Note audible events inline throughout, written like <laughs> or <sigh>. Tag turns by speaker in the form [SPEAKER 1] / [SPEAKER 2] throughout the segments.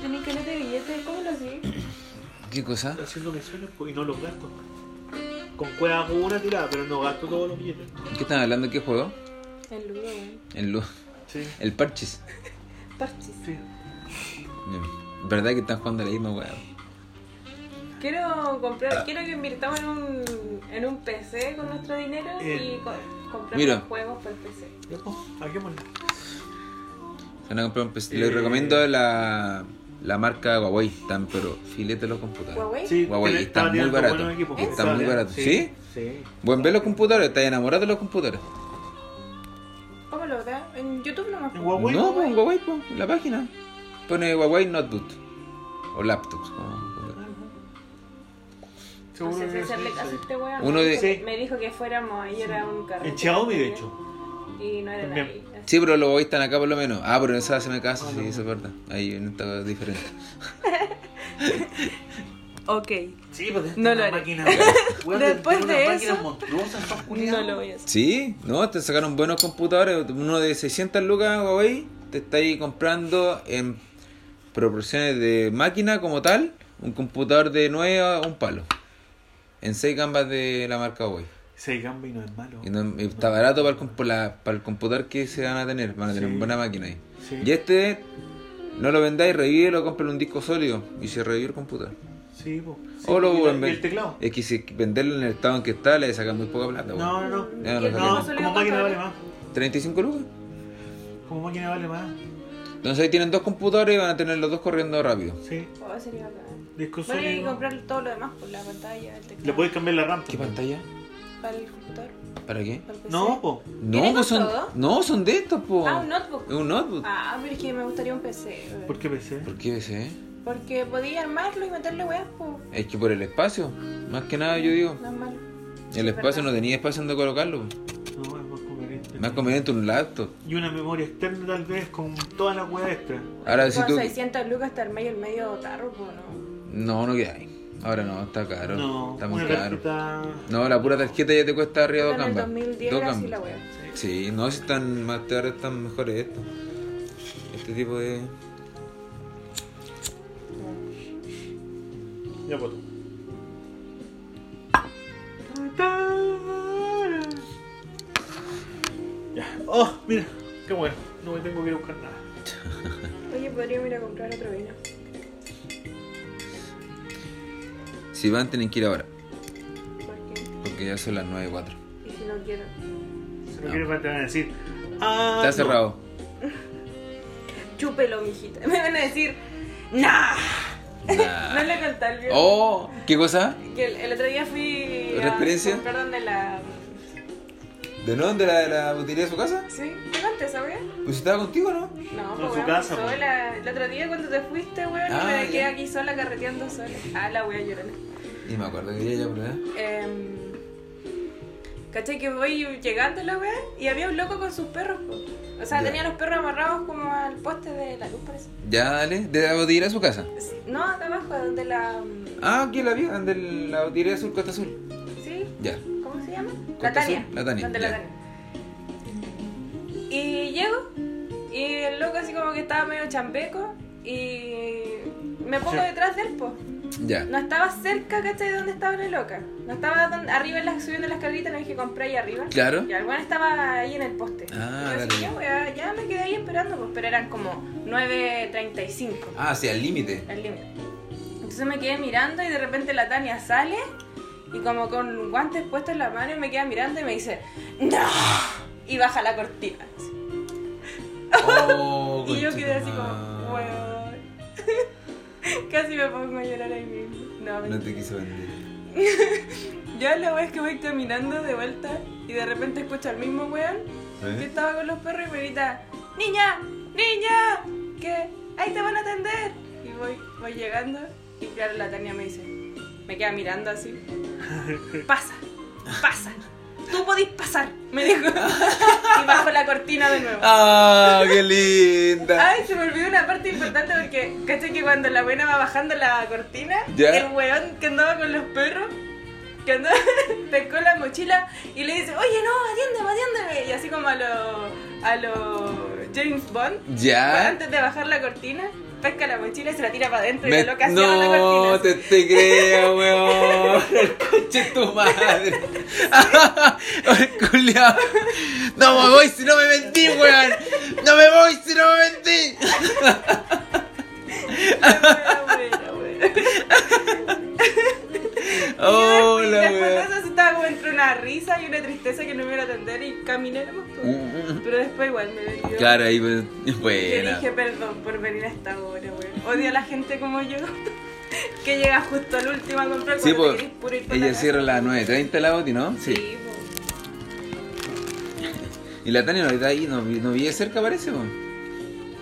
[SPEAKER 1] tenés que de billetes, ¿cómo lo hacís?
[SPEAKER 2] ¿Qué cosa?
[SPEAKER 3] Haciendo menciones pues, y no los gasto. Con cueva hago una tirada, pero no gasto todos los billetes.
[SPEAKER 2] ¿Qué están hablando? ¿Qué juego?
[SPEAKER 1] El ludo, weón.
[SPEAKER 2] El, lu-
[SPEAKER 3] Sí.
[SPEAKER 2] el parchis.
[SPEAKER 1] Parchis.
[SPEAKER 3] Sí.
[SPEAKER 2] Ya. ¿Verdad que están jugando a la misma weá?
[SPEAKER 1] Quiero
[SPEAKER 3] Ah.
[SPEAKER 1] comprar, quiero que invirtamos en un, en un PC con nuestro dinero y
[SPEAKER 3] Eh,
[SPEAKER 1] co- comprar
[SPEAKER 2] mira.
[SPEAKER 1] los juegos para el PC.
[SPEAKER 3] Ya, pues, hagámoslo.
[SPEAKER 2] Se van a comprar un PC. Les
[SPEAKER 3] Eh.
[SPEAKER 2] recomiendo la, la marca Huawei. Están pero filete los computadores.
[SPEAKER 1] ¿Huawei?
[SPEAKER 3] Ah. Sí,
[SPEAKER 2] Huawei,
[SPEAKER 3] tiene-
[SPEAKER 2] está
[SPEAKER 3] estaba
[SPEAKER 2] muy
[SPEAKER 3] tirando
[SPEAKER 2] barato.
[SPEAKER 3] buenos equipos.
[SPEAKER 2] Está muy
[SPEAKER 3] Sale,
[SPEAKER 2] barato. ¿Sí?
[SPEAKER 3] Sí.
[SPEAKER 2] Buen ver los computadores. Estás enamorado de los computadores.
[SPEAKER 1] ¿Cómo lo da? En YouTube nomás.
[SPEAKER 3] En Huawei.
[SPEAKER 2] No, pues Huawei, pues, en la página. Pone Huawei Notebook. O laptops. como- como-
[SPEAKER 1] No
[SPEAKER 3] Seguro
[SPEAKER 1] sé si
[SPEAKER 3] que
[SPEAKER 1] Pues hacerle
[SPEAKER 3] sí,
[SPEAKER 1] caso a
[SPEAKER 3] sí.
[SPEAKER 1] este weón.
[SPEAKER 2] Uno
[SPEAKER 1] me
[SPEAKER 2] de-
[SPEAKER 1] dijo que-
[SPEAKER 3] Sí.
[SPEAKER 1] Me dijo que fuéramos y era un carro.
[SPEAKER 3] En Xiaomi, de hecho.
[SPEAKER 1] Y no era
[SPEAKER 3] También.
[SPEAKER 1] nadie. Así.
[SPEAKER 2] Sí, pero los Huawei están acá por lo menos. Ah, pero en esa se me casa,
[SPEAKER 3] Ah,
[SPEAKER 2] sí,
[SPEAKER 3] no.
[SPEAKER 2] eso es verdad. Ahí en esta es diferente.
[SPEAKER 1] Ok,
[SPEAKER 3] Sí, pues, pero
[SPEAKER 1] No lo haré. <laughs> Después de eso, no lo voy a hacer.
[SPEAKER 2] Sí, no, te sacaron buenos computadores. Uno de 600 lucas Huawei te está ahí comprando en proporciones de máquina como tal un computador de 9 a un palo. En 6 gambas de la marca Huawei.
[SPEAKER 3] Se gamba y no es malo.
[SPEAKER 2] Y, no- y está barato para el, compu- la- para el computador que se van a tener. Van a tener
[SPEAKER 3] Sí.
[SPEAKER 2] buena máquina ahí.
[SPEAKER 3] Sí.
[SPEAKER 2] Y este, no lo vendáis, revívelo, compren un disco sólido y se revive el computador.
[SPEAKER 3] Sí, po. Sí,
[SPEAKER 2] o Oh, lo
[SPEAKER 3] y la-
[SPEAKER 2] vuelven.
[SPEAKER 3] y el teclado.
[SPEAKER 2] Es que si venderlo en el estado en que está, le sacan muy poca plata.
[SPEAKER 3] No,
[SPEAKER 2] weón.
[SPEAKER 3] no, no.
[SPEAKER 2] Ya,
[SPEAKER 1] Y el
[SPEAKER 2] no,
[SPEAKER 1] juego
[SPEAKER 3] No,
[SPEAKER 1] solo
[SPEAKER 3] como
[SPEAKER 1] iba a
[SPEAKER 3] máquina vale
[SPEAKER 1] costar-
[SPEAKER 3] más.
[SPEAKER 2] 35 lucas.
[SPEAKER 3] Como máquina vale más.
[SPEAKER 2] Entonces ahí tienen dos computadores y van a tener los dos corriendo rápido.
[SPEAKER 3] Sí.
[SPEAKER 1] Oh, sería bacán.
[SPEAKER 3] Disco
[SPEAKER 1] Bueno, hay que
[SPEAKER 3] sólido.
[SPEAKER 1] comprar todo lo demás, por la pantalla, el teclado.
[SPEAKER 3] Le puedes cambiar la RAM.
[SPEAKER 2] ¿Qué
[SPEAKER 3] también.
[SPEAKER 2] pantalla?
[SPEAKER 1] Para el computador,
[SPEAKER 2] ¿Para qué?
[SPEAKER 1] para el PC.
[SPEAKER 3] No, po.
[SPEAKER 2] No,
[SPEAKER 1] ¿Tiene
[SPEAKER 2] pues son,
[SPEAKER 1] todo?
[SPEAKER 2] no, son de estos, po.
[SPEAKER 1] Ah, un notebook.
[SPEAKER 2] Es un notebook.
[SPEAKER 1] Ah, pero es que me gustaría un PC. weón.
[SPEAKER 3] ¿Por qué PC?
[SPEAKER 2] ¿Por qué ese? eh?
[SPEAKER 1] Porque podía armarlo y meterle weas, po.
[SPEAKER 2] Es que por el espacio. Más que nada, yo digo.
[SPEAKER 1] No es malo.
[SPEAKER 2] El espacio
[SPEAKER 1] verdad.
[SPEAKER 2] no tenía espacio donde colocarlo.
[SPEAKER 3] No, es más conveniente.
[SPEAKER 2] Más conveniente un laptop.
[SPEAKER 3] Y una memoria externa tal vez con toda la weá extra.
[SPEAKER 2] Ahora, si
[SPEAKER 1] Con
[SPEAKER 2] tú.
[SPEAKER 1] 600 lucas te armáis el medio tarro, po, ¿no?
[SPEAKER 2] No, no queda ahí. Ahora no, está caro.
[SPEAKER 3] No,
[SPEAKER 2] está muy
[SPEAKER 3] una
[SPEAKER 2] caro.
[SPEAKER 3] tarjeta.
[SPEAKER 2] No, la pura tarjeta ya te cuesta arriba dos
[SPEAKER 1] en el
[SPEAKER 2] gambas.
[SPEAKER 1] 2010
[SPEAKER 2] Dos
[SPEAKER 1] era así
[SPEAKER 2] gambas.
[SPEAKER 1] la wea.
[SPEAKER 2] Sí, no, si están más te- ahora están mejores estos. Este tipo de.
[SPEAKER 3] Ya, pues. Ya. Oh, mira, qué bueno. No me tengo que ir a buscar nada.
[SPEAKER 1] Oye, podríamos ir a comprar otro vino.
[SPEAKER 2] Si van, tienen que ir ahora.
[SPEAKER 1] ¿Por qué?
[SPEAKER 2] Porque ya son las 9 y 4.
[SPEAKER 1] Y si no quiero.
[SPEAKER 3] Si
[SPEAKER 2] No.
[SPEAKER 3] no quieres, te van a decir. Ah,
[SPEAKER 2] Está
[SPEAKER 3] no.
[SPEAKER 2] cerrado.
[SPEAKER 1] Chúpelo, mijita. <laughs> Me van a decir, ¡Nah!
[SPEAKER 2] Nah.
[SPEAKER 1] <laughs> No le conté al viejo.
[SPEAKER 2] Oh, ¿qué cosa?
[SPEAKER 1] Que el, el otro día fui.
[SPEAKER 2] ¿Otra experiencia?
[SPEAKER 1] comprar donde la.
[SPEAKER 2] ¿De no? ¿De la, de la botillería de su casa?
[SPEAKER 1] ¿Sí? ¿Te conté, sabes?
[SPEAKER 2] Pues estaba contigo,
[SPEAKER 1] No,
[SPEAKER 2] ¿no?
[SPEAKER 3] en
[SPEAKER 1] pues
[SPEAKER 3] su
[SPEAKER 1] weón,
[SPEAKER 3] casa, pues. po.
[SPEAKER 1] sola. El otro día cuando te fuiste, weón, y
[SPEAKER 2] Ah,
[SPEAKER 1] me quedé
[SPEAKER 2] ya.
[SPEAKER 1] aquí sola carreteando sola. Ah, la wea llorona.
[SPEAKER 2] Y me acuerdo que ella ya ¿verdad?
[SPEAKER 1] Em, ¿Cachai? Que voy llegando la wea y había un loco con sus perros, po. O sea,
[SPEAKER 2] Ya.
[SPEAKER 1] tenía los perros amarrados como al poste de la luz, parece.
[SPEAKER 2] Ya, dale. ¿De la botillería de su casa?
[SPEAKER 1] No, acá abajo, donde la. mm,
[SPEAKER 2] Ah, aquí la vieja, de la botillería azul, Costa Azul.
[SPEAKER 1] ¿Sí?
[SPEAKER 2] Ya.
[SPEAKER 1] ¿Cómo se llama?
[SPEAKER 2] Costa
[SPEAKER 1] La Tania.
[SPEAKER 2] Azul, la Tania,
[SPEAKER 1] Donde la
[SPEAKER 2] ya.
[SPEAKER 1] Tania. Y llego y el loco así como que estaba medio chambeco y me pongo
[SPEAKER 3] Sí.
[SPEAKER 1] detrás del po.
[SPEAKER 2] Ya.
[SPEAKER 1] No estaba cerca, ¿cachai? De donde estaba la loca. No estaba don- arriba en las- subiendo las carritas, no dije compré ahí arriba.
[SPEAKER 2] Claro.
[SPEAKER 1] Y el weón estaba ahí en el poste.
[SPEAKER 2] Ah,
[SPEAKER 1] y yo así, ya,
[SPEAKER 2] dale.
[SPEAKER 1] weá, ya me quedé ahí esperando, pues, pero eran como 9.35
[SPEAKER 2] Ah, hacia el <laughs> límite.
[SPEAKER 1] el límite. Entonces me quedé mirando y de repente la Tania sale y como con guantes puestos en la mano y me queda mirando y me dice ¡No! Y baja la cortina. así.
[SPEAKER 2] Oh,
[SPEAKER 1] y yo quedé así
[SPEAKER 2] conchetumare.
[SPEAKER 1] como, weón. <laughs> Casi me pongo a llorar ahí mismo. No,
[SPEAKER 2] No
[SPEAKER 1] mentira.
[SPEAKER 2] te quiso vender.
[SPEAKER 1] Yo la wea es que voy caminando de vuelta y de repente escucho al mismo weón que
[SPEAKER 2] ¿Eh?
[SPEAKER 1] estaba con los perros y me grita, niña, niña, que ahí te van a atender. Y voy, voy llegando y claro, la Tania me dice, me queda mirando así, pasa, pasa, tú podís pasar, me dijo. <laughs> Y bajo la cortina de nuevo.
[SPEAKER 2] ¡Ah, qué linda!
[SPEAKER 1] Ay, se me olvidó una parte importante porque, caché que cuando la buena va bajando la cortina,
[SPEAKER 2] Ya.
[SPEAKER 1] el weón que andaba con los perros, que andaba, <laughs> pescó la mochila y le dice, oye, no, atiéndeme, atiéndeme. Y así como a lo, a lo James Bond,
[SPEAKER 2] Ya.
[SPEAKER 1] antes de bajar la cortina, pesca la mochila y se la tira para adentro
[SPEAKER 2] Me-
[SPEAKER 1] y la loca cierra la cortina.
[SPEAKER 2] No,
[SPEAKER 1] <laughs>
[SPEAKER 2] te, te creo, weón. El coche tu madre. El culiao. No me voy si no me mentí, weón. No me voy si no me mentí.
[SPEAKER 1] Bueno, bueno,
[SPEAKER 2] <laughs>
[SPEAKER 1] bueno. Y
[SPEAKER 2] Hola,
[SPEAKER 1] después de
[SPEAKER 2] weón.
[SPEAKER 1] eso se estaba como entre una risa y una tristeza que no me iba a atender y caminé nomás. pues.
[SPEAKER 2] Mm, mm.
[SPEAKER 1] Pero después igual me vendió.
[SPEAKER 2] Claro, ahí, pues,
[SPEAKER 1] Le
[SPEAKER 2] buena.
[SPEAKER 1] dije perdón por venir a esta hora, weón. Odio a la gente como yo. <laughs> Que llega justo al último a comprar
[SPEAKER 2] Sí,
[SPEAKER 1] cuando
[SPEAKER 2] pues,
[SPEAKER 1] te querés puro ir pa' la
[SPEAKER 2] ella
[SPEAKER 1] casa.
[SPEAKER 2] cierra a las 9.30 la OTI, ¿no?
[SPEAKER 1] Sí, pues.
[SPEAKER 2] Sí. Y la Tania no está ahí, no, vi- no vive cerca, parece, weón.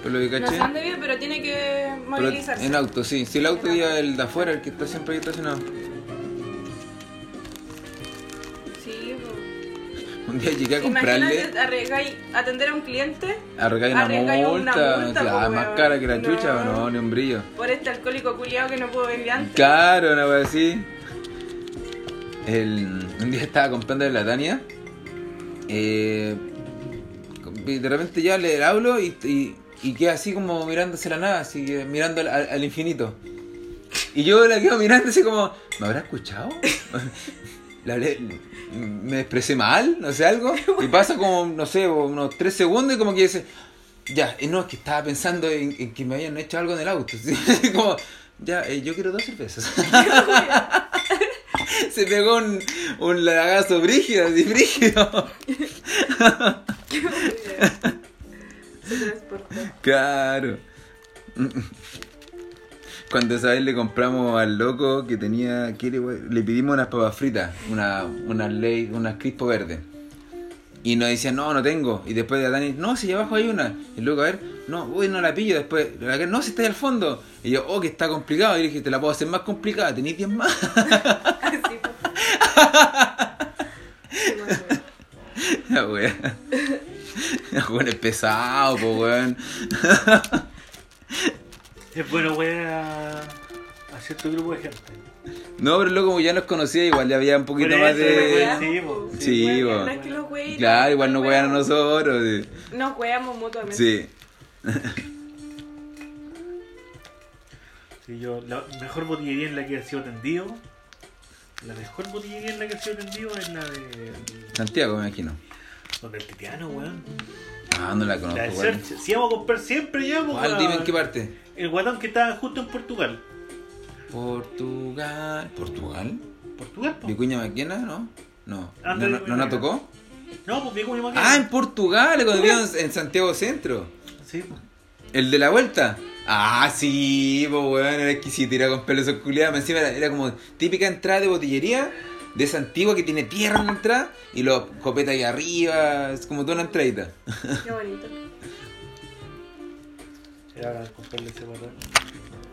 [SPEAKER 2] Por lo que
[SPEAKER 1] pues. No sé
[SPEAKER 2] caché.
[SPEAKER 1] dónde vive, pero tiene que
[SPEAKER 2] Pero
[SPEAKER 1] movilizarse.
[SPEAKER 2] en auto, sí. Si el auto
[SPEAKER 1] En
[SPEAKER 2] ya el de afuera, el que está siempre ahí estacionado.
[SPEAKER 1] Sí, pues.
[SPEAKER 2] Un día llegué a comprarle,
[SPEAKER 1] Imagínate arriesgáis atender a un cliente
[SPEAKER 2] arregáis una
[SPEAKER 1] arriesgáis
[SPEAKER 2] multa,
[SPEAKER 1] una multa,
[SPEAKER 2] claro,
[SPEAKER 1] po,
[SPEAKER 2] más
[SPEAKER 1] weón.
[SPEAKER 2] cara que la
[SPEAKER 1] No.
[SPEAKER 2] chucha, no. ni un brillo.
[SPEAKER 1] por este alcohólico culiado que no pudo venir antes.
[SPEAKER 2] <laughs> Claro, una cosa así. El, un día estaba comprando en la Tania. eh, y de repente ya le hablo y, y, y queda así como mirándose la nada, así que mirando al, al- al infinito. Y yo la quedo mirando así como, ¿me habrá escuchado?
[SPEAKER 1] <laughs>
[SPEAKER 2] La hablé- me expresé mal, no
[SPEAKER 1] <laughs>
[SPEAKER 2] sé, algo. Y pasa como, no sé, unos tres segundos y como que dice, ya, eh, no, es que estaba pensando en, en que me habían hecho algo en el auto. <laughs> así como, ya, eh, yo quiero dos cervezas. <laughs> Se pegó un, un lagazo brígido, así brígido.
[SPEAKER 1] Se <laughs> transportó.
[SPEAKER 2] Claro. Cuando esa vez le compramos al loco que tenía, ¿qué le, le pedimos unas papas fritas, una, unas ley, unas crispo verde. Y nos decía, no, no tengo. Y después de Dani, no, si allá abajo hay una. Y luego, a ver, no, uy, no la pillo. Después, la que- no, si está ahí al fondo. Y yo, oh, que está complicado. Y le dije, te la puedo hacer más complicada, tenéis 10 más. <laughs>
[SPEAKER 1] Así, pues. Sí, más o menos.
[SPEAKER 2] La wea. La wea es pesado, po, weón.
[SPEAKER 3] Es bueno, weón, a, a cierto grupo de gente.
[SPEAKER 2] No, pero el loco como ya nos conocía, igual ya había un poquito
[SPEAKER 3] Por
[SPEAKER 2] más
[SPEAKER 3] eso,
[SPEAKER 2] de.
[SPEAKER 3] weón, sí, po.
[SPEAKER 2] Eh, Sí,
[SPEAKER 1] Weón,
[SPEAKER 2] po.
[SPEAKER 1] no es que los güeyes-
[SPEAKER 2] Claro, igual no
[SPEAKER 1] weón,
[SPEAKER 2] juegan a nosotros. sí.
[SPEAKER 1] Nos weamos mutuamente.
[SPEAKER 2] Sí.
[SPEAKER 3] Sí, yo, la mejor botillería en la que ha sido atendido, la mejor botillería en la que ha sido atendido es la de.
[SPEAKER 2] Santiago, me imagino.
[SPEAKER 3] donde el Titiano, weón.
[SPEAKER 2] Ah, no la
[SPEAKER 3] La de
[SPEAKER 2] conozco, weón.
[SPEAKER 3] Search. Si vamos a comprar siempre, llevamos,
[SPEAKER 2] ¿Cuál? Dime en qué parte.
[SPEAKER 3] El guatón que estaba justo en Portugal.
[SPEAKER 2] Portugal. ¿Portugal?
[SPEAKER 3] ¿Portugal? po.
[SPEAKER 2] ¿Vicuña Maquena, no? No.
[SPEAKER 3] Ah,
[SPEAKER 2] ¿No, no,
[SPEAKER 3] pero-
[SPEAKER 2] no la tocó?
[SPEAKER 3] No, pues Vicuña Maquena.
[SPEAKER 2] Ah, en Portugal, cuando vivimos en Santiago Centro.
[SPEAKER 3] Sí, po.
[SPEAKER 2] ¿El de la vuelta? Ah, sí, pues weón, era exquisito, era con pelos osculiados. Encima era, era como típica entrada de botillería de esa antigua que tiene tierra en la entrada y los copetas ahí arriba. Es como toda una entradita.
[SPEAKER 1] Qué bonito.
[SPEAKER 3] Era para comprarle ese guatón.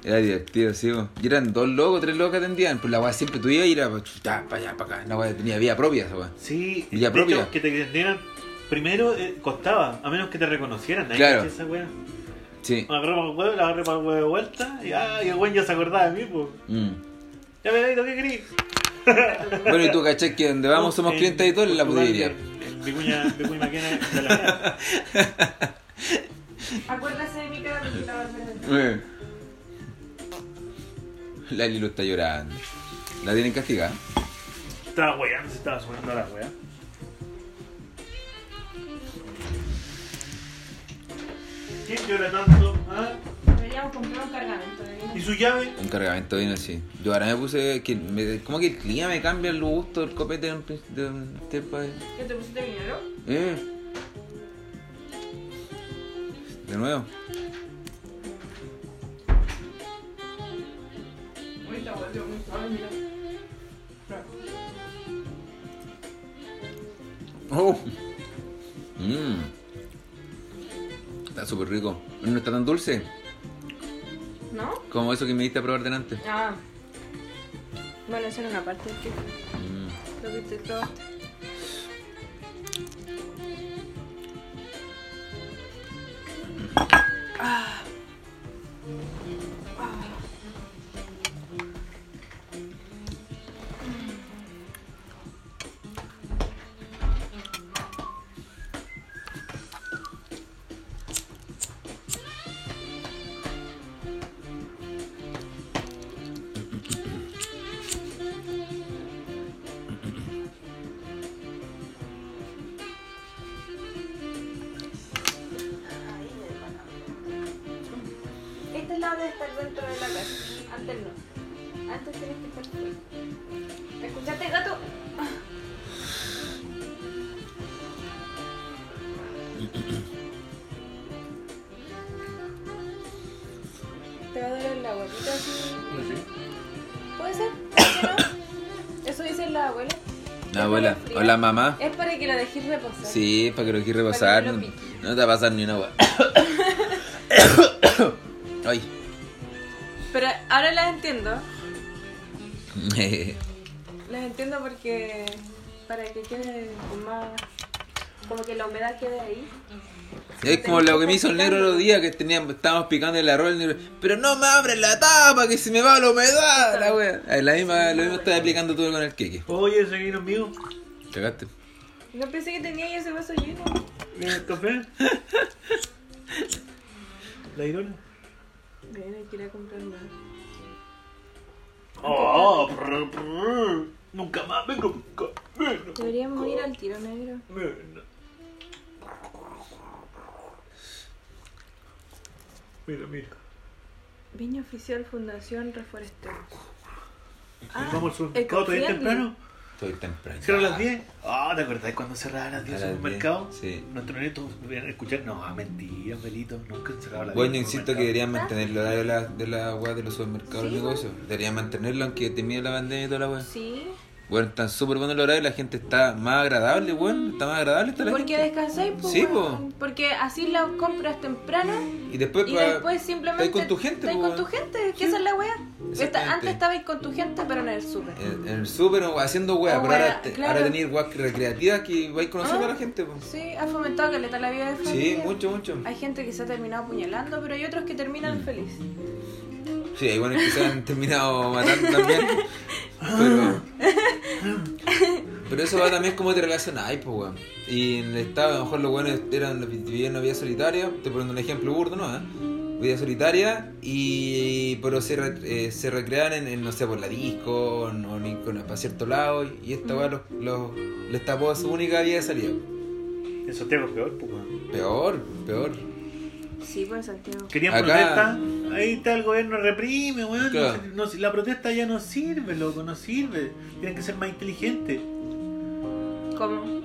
[SPEAKER 2] Era divertido, sí, po. Y eran dos locos, tres locos que atendían. Pues la weá siempre tú ibas y era para allá, para acá. La weá tenía vida propia esa weá.
[SPEAKER 3] Sí,
[SPEAKER 2] Villa
[SPEAKER 3] de
[SPEAKER 2] propia.
[SPEAKER 3] hecho, que te vendieran. Primero eh, costaba, a menos que te reconocieran. Ahí
[SPEAKER 2] Claro.
[SPEAKER 3] caché Esa weá.
[SPEAKER 2] Sí.
[SPEAKER 3] Me agarré para el huevo, la agarré para el huevo de vuelta. Y, ah, y el weón ya se acordaba de mí, pues.
[SPEAKER 2] Mm.
[SPEAKER 3] Ya me ¿qué querís?
[SPEAKER 2] Bueno, y tú caché que donde
[SPEAKER 3] <laughs>
[SPEAKER 2] vamos somos
[SPEAKER 3] En
[SPEAKER 2] clientes habituales en la
[SPEAKER 3] Portugal,
[SPEAKER 2] pudiería.
[SPEAKER 3] en- en Vicuña, Vicuña Maquena, de la Arena.
[SPEAKER 1] Acuérdase de mi cara porque la vas a ver.
[SPEAKER 2] Eh. La Lilo está llorando. La tienen castigada.
[SPEAKER 3] Estaba weando, se estaba subiendo a la wea. ¿Quién llora tanto? ¿Ah?
[SPEAKER 1] Deberíamos comprar un cargamento de
[SPEAKER 3] ¿Y
[SPEAKER 1] ahí.
[SPEAKER 3] su llave?
[SPEAKER 2] Un cargamento vino así. Yo ahora me puse. Que me- como que el clima me cambia el gusto del copete de un, prin- de un tiempo ahí.
[SPEAKER 1] ¿Qué te pusiste dinero?
[SPEAKER 2] Eh. De nuevo.
[SPEAKER 1] Ahorita vuelvo, muy suave, mira.
[SPEAKER 2] Oh. Mm. Está súper rico. No está tan dulce
[SPEAKER 1] ¿No?
[SPEAKER 2] como eso que me diste a probar delante.
[SPEAKER 1] Ah. Bueno, eso era una parte que
[SPEAKER 2] Mm.
[SPEAKER 1] lo que te probaste. oportunidad de estar dentro de la casa. Antes no. Antes tenías que estar fuera. ¿Escuchaste, gato? Te va a doler la guatita así.
[SPEAKER 3] No sé.
[SPEAKER 1] ¿Puede ser? ¿Por qué no? Eso dice la abuela.
[SPEAKER 2] La abuela, hola mamá.
[SPEAKER 1] Es para que la dejes reposar.
[SPEAKER 2] Sí, para que lo quieras
[SPEAKER 1] ¿Eh? Para
[SPEAKER 2] rebosar.
[SPEAKER 1] que no lo
[SPEAKER 2] No,
[SPEAKER 1] pique.
[SPEAKER 2] no te va a pasar ni una
[SPEAKER 1] <coughs>
[SPEAKER 2] agua. Ay.
[SPEAKER 1] Pero ahora las entiendo. Las entiendo porque para que quede con más... Como que la humedad quede ahí.
[SPEAKER 2] Es como lo que me hizo el negro los días que teníamos, estábamos picando el arroz, el negro, pero no me abres la tapa que se me va la humedad, la wea. Ay, La misma, lo mismo estás aplicando tú con el queque.
[SPEAKER 3] Oye, seguiros míos,
[SPEAKER 2] Cagaste.
[SPEAKER 1] No pensé que tenía ese vaso lleno.
[SPEAKER 3] ¿viene el café? ¿La irona?
[SPEAKER 1] Bien, hay que ir a comprar más.
[SPEAKER 3] Oh, prr, prr. Nunca más vengo con café, no.
[SPEAKER 1] Deberíamos ir al tiro negro.
[SPEAKER 3] Mira. Mira, mira.
[SPEAKER 1] Viña Oficial Fundación Reforestemos. Ah,
[SPEAKER 3] Vamos al
[SPEAKER 1] el
[SPEAKER 3] supermercado todavía
[SPEAKER 1] confiable.
[SPEAKER 3] temprano.
[SPEAKER 2] Estoy temprano.
[SPEAKER 3] ¿Cierra a las 10? Ah, ¿te acordás cuando cerraba a
[SPEAKER 2] A
[SPEAKER 3] las 10 el
[SPEAKER 2] las 10,
[SPEAKER 3] supermercado?
[SPEAKER 2] sí.
[SPEAKER 3] Nuestros nietos venían a escuchar. No, ah, mentira, Belito. Nunca cerraba a las 10.
[SPEAKER 2] Bueno,
[SPEAKER 3] el
[SPEAKER 2] insisto que
[SPEAKER 3] supermercado.
[SPEAKER 2] deberían mantener el horario de la, de la weá de los supermercados, los
[SPEAKER 1] Sí.
[SPEAKER 2] negocios. Deberían mantenerlo aunque termine la pandemia y toda la weá.
[SPEAKER 1] Sí.
[SPEAKER 2] Bueno, están súper buenos los horarios, la gente está más agradable, weón. Está más agradable, está la
[SPEAKER 1] Mm. Porque
[SPEAKER 2] gente.
[SPEAKER 1] descansáis, pues,
[SPEAKER 2] Sí,
[SPEAKER 1] weón. porque así las compras temprano
[SPEAKER 2] Y después,
[SPEAKER 1] y
[SPEAKER 2] pa-
[SPEAKER 1] después simplemente
[SPEAKER 2] Pues estáis con tu gente,
[SPEAKER 1] estáis
[SPEAKER 2] po,
[SPEAKER 1] con
[SPEAKER 2] weón.
[SPEAKER 1] tu gente, que esa es la wea. Esta-
[SPEAKER 2] Exactamente.
[SPEAKER 1] antes estabais con tu gente, pero en el súper.
[SPEAKER 2] En, en el súper o haciendo
[SPEAKER 1] Ah,
[SPEAKER 2] weá, pero
[SPEAKER 1] weá,
[SPEAKER 2] ahora, te-
[SPEAKER 1] claro.
[SPEAKER 2] ahora tenéis weá recreativas que vais conociendo
[SPEAKER 1] Ah.
[SPEAKER 2] a la gente, po.
[SPEAKER 1] Sí, ha fomentado que le da la vida de
[SPEAKER 2] Sí,
[SPEAKER 1] familia.
[SPEAKER 2] mucho, mucho.
[SPEAKER 1] Hay gente que se ha terminado apuñalando, pero hay otros que terminan
[SPEAKER 2] Mm.
[SPEAKER 1] feliz.
[SPEAKER 2] Sí, hay buenos que se han terminado matando también. Pero, pero eso va también como te relacionáis, pues, weón. Y en el estado, a lo mejor los buenos eran, vivían una vida solitaria, te poniendo un ejemplo burdo, ¿no? ¿Eh? Vida solitaria, y, pero se, re- eh, se recrean en, en, no sé, por la disco, o en- o en- con- para cierto lado, y, y esta weá los, los- les tapó su única vía de salida.
[SPEAKER 3] En Santiago es peor, pues, weón.
[SPEAKER 2] Peor, peor.
[SPEAKER 1] Sí, pues Santiago.
[SPEAKER 3] Querían
[SPEAKER 2] Acá-
[SPEAKER 3] protesta. Ahí está el gobierno reprime, weón.
[SPEAKER 2] Claro.
[SPEAKER 3] No se- no se- la protesta ya no sirve, loco, no sirve. Tienen que ser más inteligentes.
[SPEAKER 1] ¿Cómo?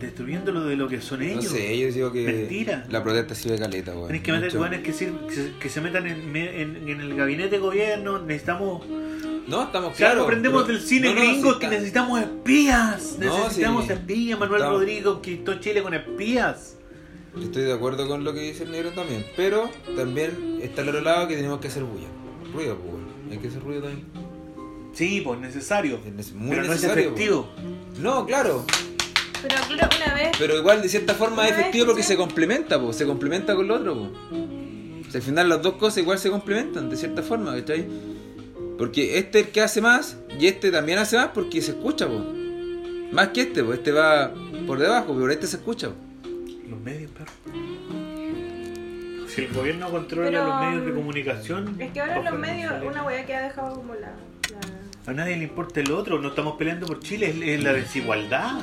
[SPEAKER 3] Destruyendo lo de lo que son
[SPEAKER 2] No
[SPEAKER 3] ellos.
[SPEAKER 2] sé, yo digo que
[SPEAKER 3] Mentira.
[SPEAKER 2] la protesta sirve caleta, weón.
[SPEAKER 3] Tienes que meter
[SPEAKER 2] Mucho.
[SPEAKER 3] weones que, sir- que se- que se metan en, me- en- en el gabinete de gobierno. Necesitamos.
[SPEAKER 2] No, estamos
[SPEAKER 3] Claro,
[SPEAKER 2] claro.
[SPEAKER 3] aprendemos
[SPEAKER 2] pero-
[SPEAKER 3] del cine
[SPEAKER 2] no, no,
[SPEAKER 3] gringo
[SPEAKER 2] sí,
[SPEAKER 3] que
[SPEAKER 2] está-
[SPEAKER 3] necesitamos espías.
[SPEAKER 2] No,
[SPEAKER 3] Necesitamos
[SPEAKER 2] sí.
[SPEAKER 3] espías. Manuel
[SPEAKER 2] Estamos-
[SPEAKER 3] Rodríguez conquistó Chile con espías.
[SPEAKER 2] Estoy de acuerdo con lo que dice el negro también, pero también está el otro lado que tenemos que hacer bulla. Ruido, pues, weón. Hay que hacer ruido también.
[SPEAKER 3] Sí, pues necesario.
[SPEAKER 2] Es muy
[SPEAKER 3] Pero no es
[SPEAKER 2] necesario,
[SPEAKER 3] efectivo.
[SPEAKER 2] pues. No, claro,
[SPEAKER 1] Pero claro, una vez
[SPEAKER 2] pero igual de cierta forma es
[SPEAKER 1] Una vez
[SPEAKER 2] efectivo porque
[SPEAKER 1] escuché-
[SPEAKER 2] se complementa, pues, se complementa con lo otro, pues. O sea, al final las dos cosas igual se complementan de cierta forma, ¿cachai? Porque este es el que hace más y este también hace más porque se escucha, pues. Más que este, pues este va por debajo, pero este se escucha, po.
[SPEAKER 3] Los medios, perro. Si el gobierno controla
[SPEAKER 1] Pero,
[SPEAKER 3] los medios de
[SPEAKER 1] um,
[SPEAKER 3] comunicación.
[SPEAKER 1] Es que ahora en los
[SPEAKER 3] ojalá
[SPEAKER 1] medios,
[SPEAKER 3] sale.
[SPEAKER 1] una weá que ha dejado como la.
[SPEAKER 3] A nadie le importa el otro, no estamos peleando por Chile, es, es la desigualdad.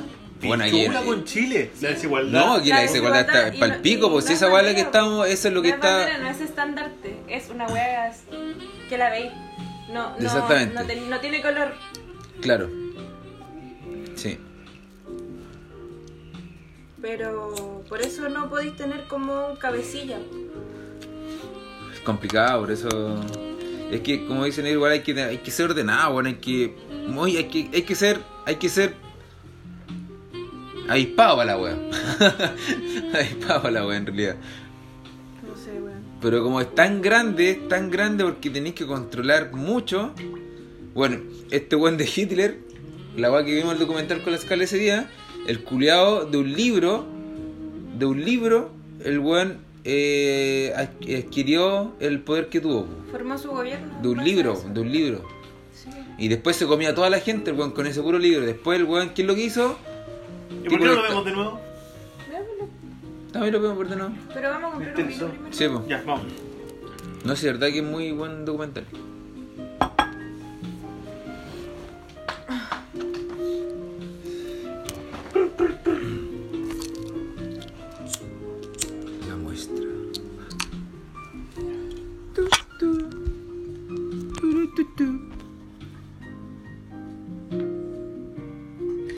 [SPEAKER 2] Bueno,
[SPEAKER 3] Bueno,
[SPEAKER 2] ayer-
[SPEAKER 3] con Chile, la desigualdad.
[SPEAKER 2] No, aquí la
[SPEAKER 1] Claro,
[SPEAKER 2] desigualdad
[SPEAKER 1] desigualdad
[SPEAKER 2] está
[SPEAKER 1] y
[SPEAKER 2] pa'l
[SPEAKER 1] no-
[SPEAKER 2] pico,
[SPEAKER 1] y
[SPEAKER 2] pues
[SPEAKER 1] no
[SPEAKER 2] si
[SPEAKER 1] es
[SPEAKER 2] esa weá es la que
[SPEAKER 1] bandera,
[SPEAKER 2] estamos, eso es lo que
[SPEAKER 1] no
[SPEAKER 2] está.
[SPEAKER 1] Es bandera, no es estandarte, es una weá es- que la veis. No, no,
[SPEAKER 2] Exactamente.
[SPEAKER 1] no, ten- no tiene color.
[SPEAKER 2] Claro. Sí.
[SPEAKER 1] Pero por eso no podéis tener como cabecilla.
[SPEAKER 2] Es complicado, por eso. Es que como dicen ellos, igual hay que, hay que ser ordenado, bueno, hay que. Muy, hay que, hay que ser. Hay que ser. Avispado a la wea. <laughs> Avispado a la wea en realidad.
[SPEAKER 1] No sé, weón.
[SPEAKER 2] Pero como es tan grande, es tan grande porque tenéis que controlar mucho. Bueno, este buen de Hitler, la weá que vimos en el documental con la escala ese día, el culiado de un libro, de un libro, el buen eh, adqu- adquirió el poder que tuvo. po.
[SPEAKER 1] Formó su gobierno.
[SPEAKER 2] De un
[SPEAKER 1] pues,
[SPEAKER 2] libro,
[SPEAKER 1] eso.
[SPEAKER 2] de un libro.
[SPEAKER 1] Sí.
[SPEAKER 2] Y después se comía a toda la gente, el weón, con ese puro libro. Después el weón, ¿quién lo que hizo?
[SPEAKER 3] ¿Y por qué no lo vemos de nuevo?
[SPEAKER 1] Veámoslo.
[SPEAKER 2] También lo podemos ver de nuevo.
[SPEAKER 1] Pero vamos a comprar
[SPEAKER 3] Me
[SPEAKER 1] un vino
[SPEAKER 3] interesó.
[SPEAKER 1] primero.
[SPEAKER 2] Sí, po.
[SPEAKER 3] Ya, vamos.
[SPEAKER 2] No, sí, verdad que es muy buen documental.